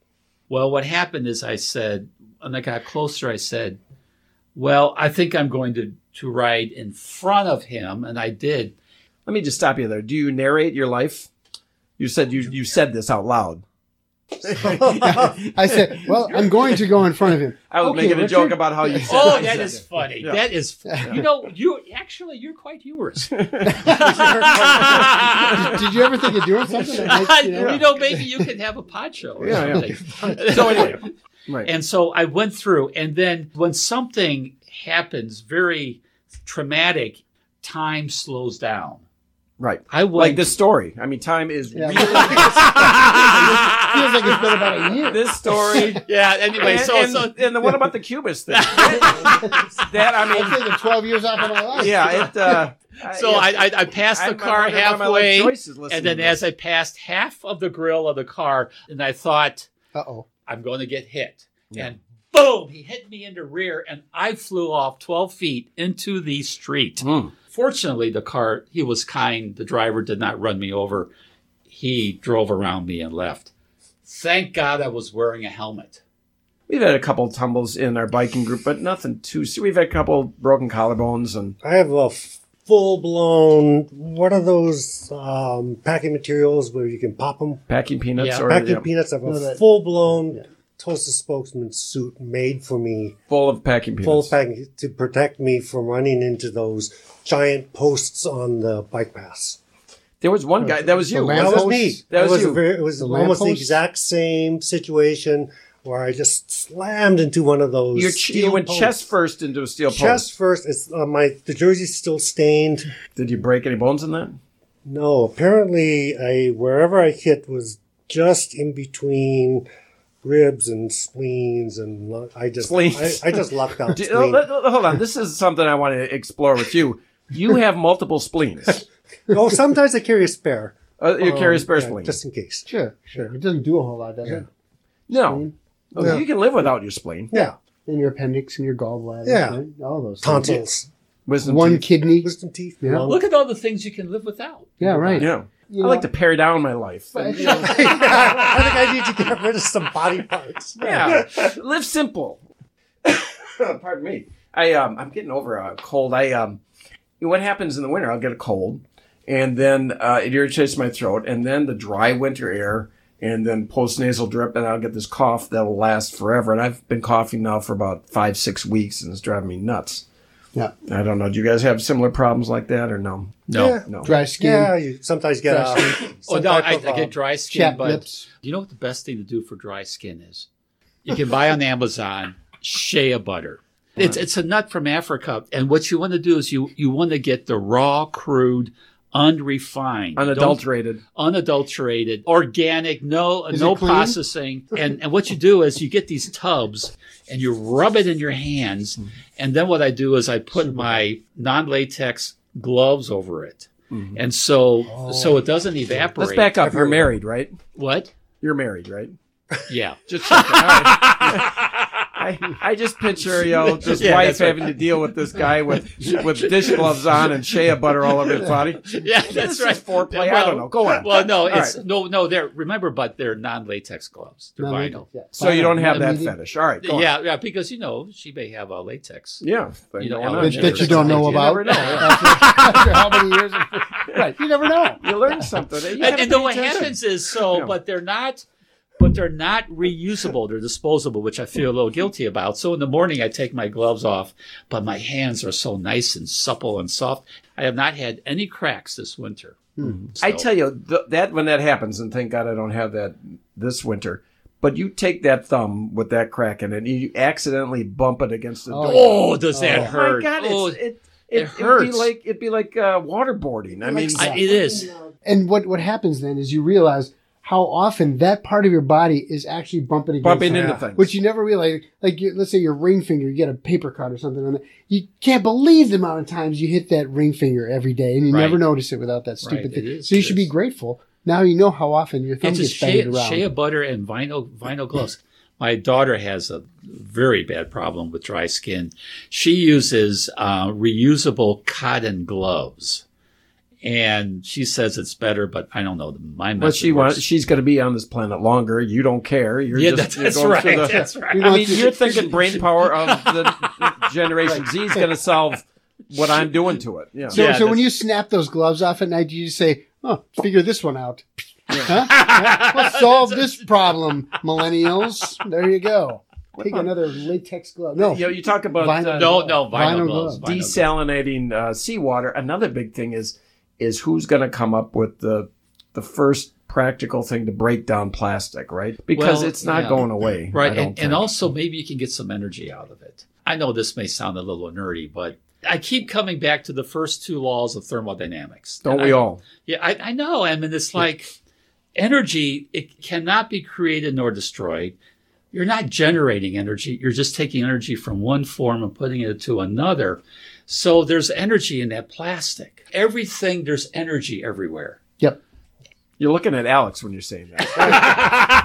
what happened is I said, when I got closer, I said, "Well, I think I'm going to to ride in front of him," and I did. Let me just stop you there. Do you narrate your life? You said you you said this out loud. I said, well, I'm going to go in front of him. I was Okay, making a Richard. joke about how you said Oh, I that said is it. funny. Yeah. That is, you know, you actually you're quite humorous. Did, did you ever think of doing something? That makes, you you know, know, maybe you could have a pod show or Yeah, yeah. something. So anyway, right. And so I went through, and then when something happens very traumatic, time slows down. right. I went Like this story. I mean, time is Yeah. really feels like it's been about a year. this story. yeah. Anyway, and, so, and, so and the one about the cubist thing. That, that, I I'm mean, taking 12 years off of my life. yeah. It, uh, so I, I, I passed the I'm- car I'm- I'm- I'm- I'm- halfway, Joyce is listening and then to as this. I passed half of the grill of the car, and I thought Uh oh. I'm going to get hit, Yeah. and boom, he hit me in the rear and I flew off 12 feet into the street. Hmm. Fortunately, the car, he was kind. The driver did not run me over. He drove around me and left. Thank God I was wearing a helmet. We've had a couple tumbles in our biking group, but nothing too. se- We've had a couple broken collarbones and I have a full blown. What are those um, packing materials where you can pop them? packing peanuts Yeah. or Packing yeah, peanuts. I have No, a that- full blown Tulsa spokesman suit made for me, full of packing full peanuts. packing to protect me from running into those giant posts on the bike paths. there was one guy that was The you. lamp That was posts? me. That was it you. a Very, it was The almost the lampposts? exact same situation where I just slammed into one of those. Your ch- you steel went posts. chest first into a steel Chest first. It's uh, my the jersey's still stained. post. Did you break any bones in that? No, apparently I wherever I hit was just in between ribs and spleens and lo- I just Spleens. I, I just locked out. Do- spleen. oh, let- let- hold on. This is something I want to explore with you. You have multiple spleens. oh, sometimes I carry a spare. Uh, you carry a Um, spare yeah, spleen. just in case. Sure, sure. It doesn't do a whole lot, does it? no. Oh, Yeah. You can live without your spleen. Yeah, And your appendix and your gallbladder. Yeah. and All those things. tonsils, Wisdom One teeth. kidney. wisdom teeth. Yeah. lung. Look at all the things you can live without. Yeah, right. Yeah. You I like to know, pare down my life. but- I think I need to get rid of some body parts. Yeah, live simple. Pardon me. I um, I'm getting over a cold. I um, what happens in the winter? I'll get a cold, and then uh, it irritates my throat, and then the dry winter air, and then post nasal drip, and I'll get this cough that'll last forever. And I've been coughing now for about five six weeks, and it's driving me nuts. Yeah. I don't know. Do you guys have similar problems like that or no? No. Yeah. No. Dry skin, Yeah, you sometimes get Dry uh, Oh, some no, type I, of, I uh, get dry skin, chapped but lips. you know what the best thing to do for dry skin is? You can buy on Amazon shea butter. It's it's a nut from Africa, and what you want to do is you you want to get the raw, crude, unrefined, don't- Unadulterated. unadulterated, organic, no Is no it clean? processing. And and what you do is you get these tubs and you rub it in your hands, Hmm. and then what I do is I put my non-latex gloves over it, and so so it doesn't evaporate. Mm-hmm. Oh. Let's back up. You're married, right? What? You're married, right? Yeah. Just checking. All right. I, I just picture you know this Yeah, wife that's right. having to deal with this guy with with dish gloves on and shea butter all over his body. Yeah, This that's is right. foreplay. I don't know. Go on. Well, no, All it's right. no, no. They're remember, but they're non-latex gloves. They're vinyl. Yeah. So you don't have Vinyl. that Medium. fetish. All right. Go on. Yeah, yeah, because you know she may have a latex. Yeah. Thing You know, going on that- there. that you don't know You about. never know. after, after how many years? of- right. You never know. You learn something. You And, gotta and then pay what attention. happens is so, Yeah. but they're not, but they're not reusable. They're disposable, which I feel a little guilty about. So in the morning, I take my gloves off, but my hands are so nice and supple and soft. I have not had any cracks this winter. I tell you th- that when that happens, and thank God I don't have that this winter. But you take that thumb with that crack in it, and you accidentally bump it against the door. Oh, does that Oh my hurt? My God, it's, oh, it, it, it It'd hurts. be like it'd be like uh, waterboarding. I mean, I- it is. And what what happens then is you realize how often that part of your body is actually bumping against bumping something, into Yeah. things. which you never realize. Like you, let's say your ring finger, you get a paper cut or something on it. You can't believe the amount of times you hit that ring finger every day, and you Right. never notice it without that stupid Right, thing. it is, so you it should be is. grateful. Now you know how often your thumb It's gets just shea, banged around. shea butter and vinyl vinyl gloves. My daughter has a very bad problem with dry skin. She uses uh, reusable cotton gloves, and she says it's better, but I don't know. My But method she works. wants. She's going to be on this planet longer. You don't care. You're yeah, just. that's, you're that's going through right. the- That's right. You I want mean, to- you're thinking brain power of the generation Z is going to solve what I'm doing to it. Yeah. So, Yeah, so when that's- you snap those gloves off at night, you just say, "Oh, figure this one out." Huh? Let's solve this problem, millennials. There you go. Take another latex glove. No, you know, you talk about Vinyl- uh, No, no, Vinyl vinyl, gloves. gloves. vinyl gloves. desalinating uh, seawater. Another big thing is is who's going to come up with the the first practical thing to break down plastic, right? Because Well, it's not yeah. going away, I Right. don't And, and think. also, maybe you can get some energy out of it. I know this may sound a little nerdy, but I keep coming back to the first two laws of thermodynamics. don't And we I- all? Yeah, I, I know. I mean, it's like energy, it cannot be created nor destroyed. You're not generating energy, you're just taking energy from one form and putting it to another. So there's energy in that plastic. Everything, there's energy everywhere. Yep. You're looking at Alex when you're saying that.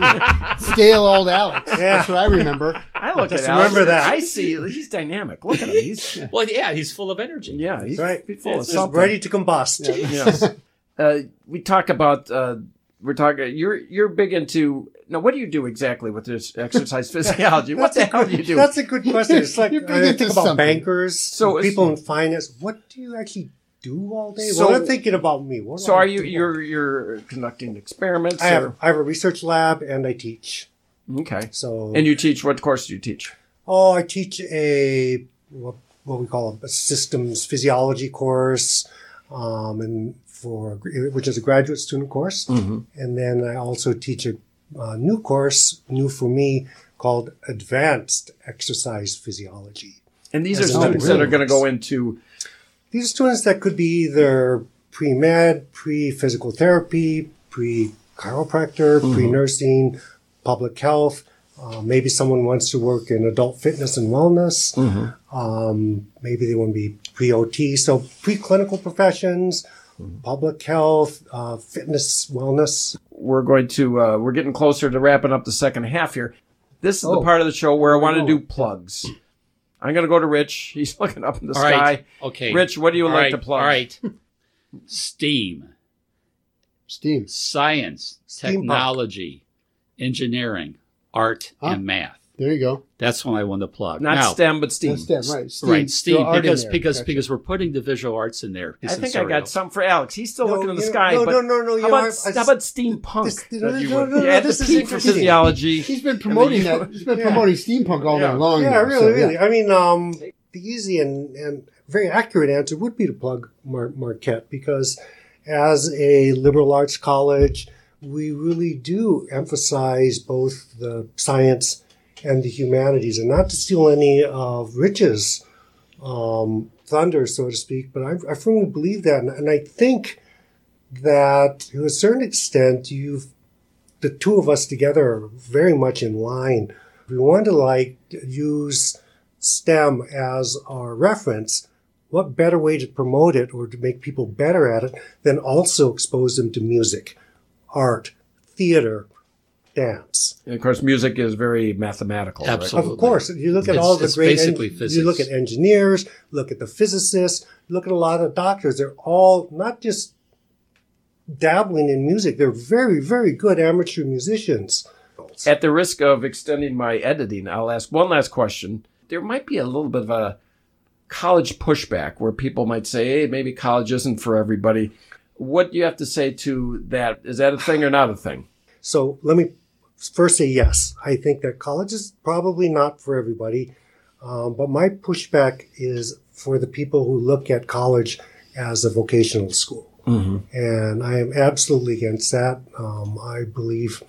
Stale old Alex. That's what I remember. I look Just at Alex. remember that. I see he's dynamic. Look at him. He's Well, yeah, he's full of energy. yeah, he's Right. he's full of It's something. ready to combust. Yes. uh, we talk about uh, we're talking. You're you're big into now. What do you do exactly with this exercise physiology? what the That's a hell do good- you do? That's a good question. It's like uh, You're big I into think about something. bankers, So it's- people in finance. What do you actually do all day? So- well, they're thinking about me. What do so I are you do? you're you're conducting experiments? I have or- I have a research lab and I teach. okay. So And you teach what course do you teach? oh, I teach a what, what we call a systems physiology course, um, and for which is a graduate student course, and then I also teach a, uh new course, new for me, called Advanced Exercise Physiology. And these Yes, are oh, students that really? are going to go into These are students that could be either pre med, pre physical therapy, pre chiropractor, pre nursing, public health. Uh, maybe someone wants to work in adult fitness and wellness. Um, maybe they want to be pre OT. So, preclinical professions, public health, uh, fitness, wellness. we're going to uh, we're getting closer to wrapping up the second half here. This is the Oh. part of the show where I want to Oh. do plugs. I'm going to go to Rich. He's looking up in the All sky. right. Okay. Rich, what do you All like right, to plug? All right. STEAM, Steam. science, Steampunk. technology, engineering, art, Huh? and math. There you go. That's what I want to plug. Not now, STEM, but STEAM. That's that, right? Steam. Right, Throw STEAM, art in because there. because Gotcha. because we're putting the visual arts in there. I think I sensorial. got some for Alex. He's still No, looking in the you- sky. no, but no, no, no, you How are- about, I- how about steampunk? This- no, that you no, would- no, no, yeah, this the is P for interesting. physiology. He's been promoting you- that. He's been Yeah. promoting steampunk all Yeah. day long. Yeah, now, really, so, really. yeah. I mean, um, the easy and, and very accurate answer would be to plug Mar- Marquette because, as a liberal arts college, we really do emphasize both the science and the humanities, and not to steal any of Rich's um, thunder, so to speak. But I, I firmly believe that, and, and I think that to a certain extent, you've the two of us together are very much in line. We want to like use STEM as our reference. What better way to promote it or to make people better at it than also expose them to music, art, theater, dance? And of course, music is very mathematical. right? Absolutely. Of course, you look at It's- all the it's great. basically You look physics. at engineers, look at the physicists, look at a lot of doctors. They're all not just dabbling in music. They're very, very good amateur musicians. At the risk of extending my editing, I'll ask one last question. There might be a little bit of a college pushback where people might say, hey, maybe college isn't for everybody. What do you have to say to that? Is that a thing or not a thing? So let me first say yes. I think that college is probably not for everybody, um, but my pushback is for the people who look at college as a vocational school. And I am absolutely against that. Um, I believe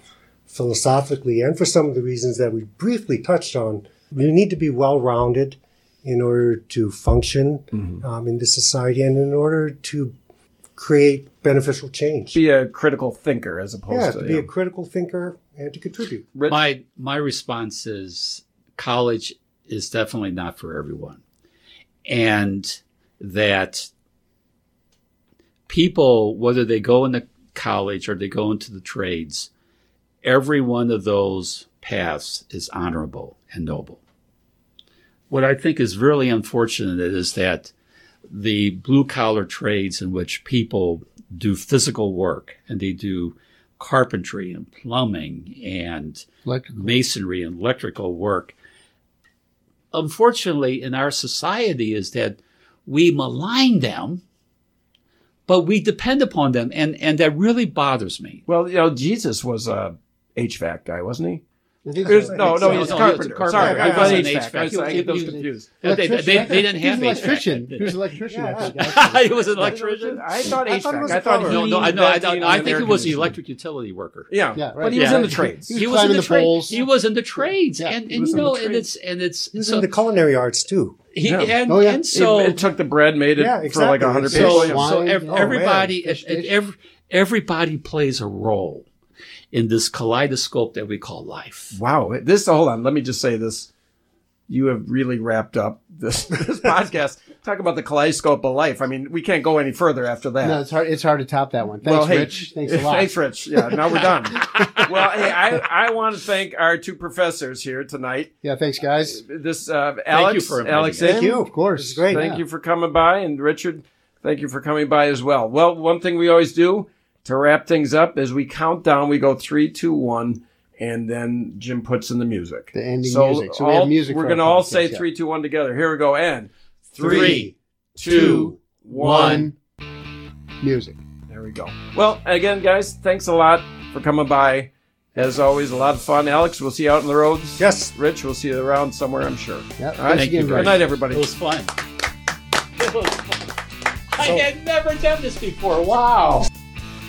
philosophically, and for some of the reasons that we briefly touched on, you need to be well rounded in order to function um, in this society and in order to create beneficial change. Be a critical thinker as opposed Yeah, to, to be you a know, critical thinker and to contribute. Rich- My my response is college is definitely not for everyone, and that people, whether they go into college or they go into the trades, every one of those paths is honorable and noble. What I think is really unfortunate is that the blue collar trades in which people do physical work and they do carpentry and plumbing and Like masonry and electrical work. Unfortunately, in our society, is that we malign them, but we depend upon them, and and that really bothers me. Well, you know, Jesus was a HVAC guy, wasn't he? I think There's- so. no, I think no, so. he's a No, carpenter. he's Sorry, I a carpenter. thought Yeah, HVAC. he's an I, HVAC. I get those You- confused. They, they- they- they didn't have He's an electrician. He HVAC. was an electrician. I think. he was an electrician. I thought I HVAC. thought it was I a thought plumber. he No, no, I no, I, invented don't- I an think air he was the conditioner. electric utility worker. Yeah, Yeah, right. but he was Yeah. in the trades. He was climbing the trade- poles. He was in the trades, Yeah, and, he and was you in the know, and trades. it's and it's He's so in the culinary arts too. he, Yeah. and, Oh, yeah. and so it, it took the bread, made it Yeah, for like exactly. hundred It's people. so, Fish Yeah. wine. so ev- Oh, everybody man. Fish ev- dish. ev- everybody plays a role in this kaleidoscope that we call life Wow, this hold on. Let me just say this. you have really wrapped up this, this podcast. Talk about the kaleidoscope of life. I mean, we can't go any further after that. No, it's hard. It's hard to top that one. Thanks, hey, Rich. Thanks a lot. Thanks, Rich. Yeah, now we're done. well, hey, I, I want to thank our two professors here tonight. Yeah, thanks, guys. This uh, Alex, for inviting Alex, us. in. Thank you. Of course. It's great. Thank you for coming by, and Richard, thank you for coming by as well. Well, one thing we always do to wrap things up is we count down. We go three, two, one, and then Jim puts in the music. The ending music. So we have music. We're for going to our all podcast, say yeah. three, two, one together. Here we go. And Three, two, two, one. music. There we go. Well, again, guys, thanks a lot for coming by. As always, a lot of fun. Alex, we'll see you out on the roads. Yes. Rich, we'll see you around somewhere, I'm sure. Yep. All right. Thanks Thank you again, very Good guys. night, everybody. It was fun. It was fun. I So- had never done this before. Wow.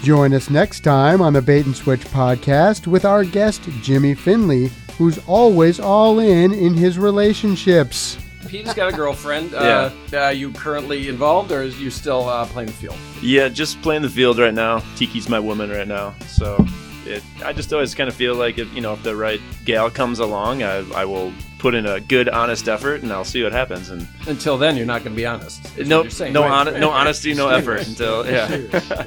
Join us next time on the Bait and Switch podcast with our guest Jimmy Finley, who's always all in in his relationships. Pete's got a girlfriend. Uh, uh, you currently involved, or is you still uh, playing the field? Yeah, just playing the field right now. Tiki's my woman right now, so it, I just always kind of feel like if you know if the right gal comes along, I, I will put in a good, honest effort, and I'll see what happens. And Until then, you're not going to be honest. is what no, you're saying. no, Right. hon- no honesty, no effort until yeah.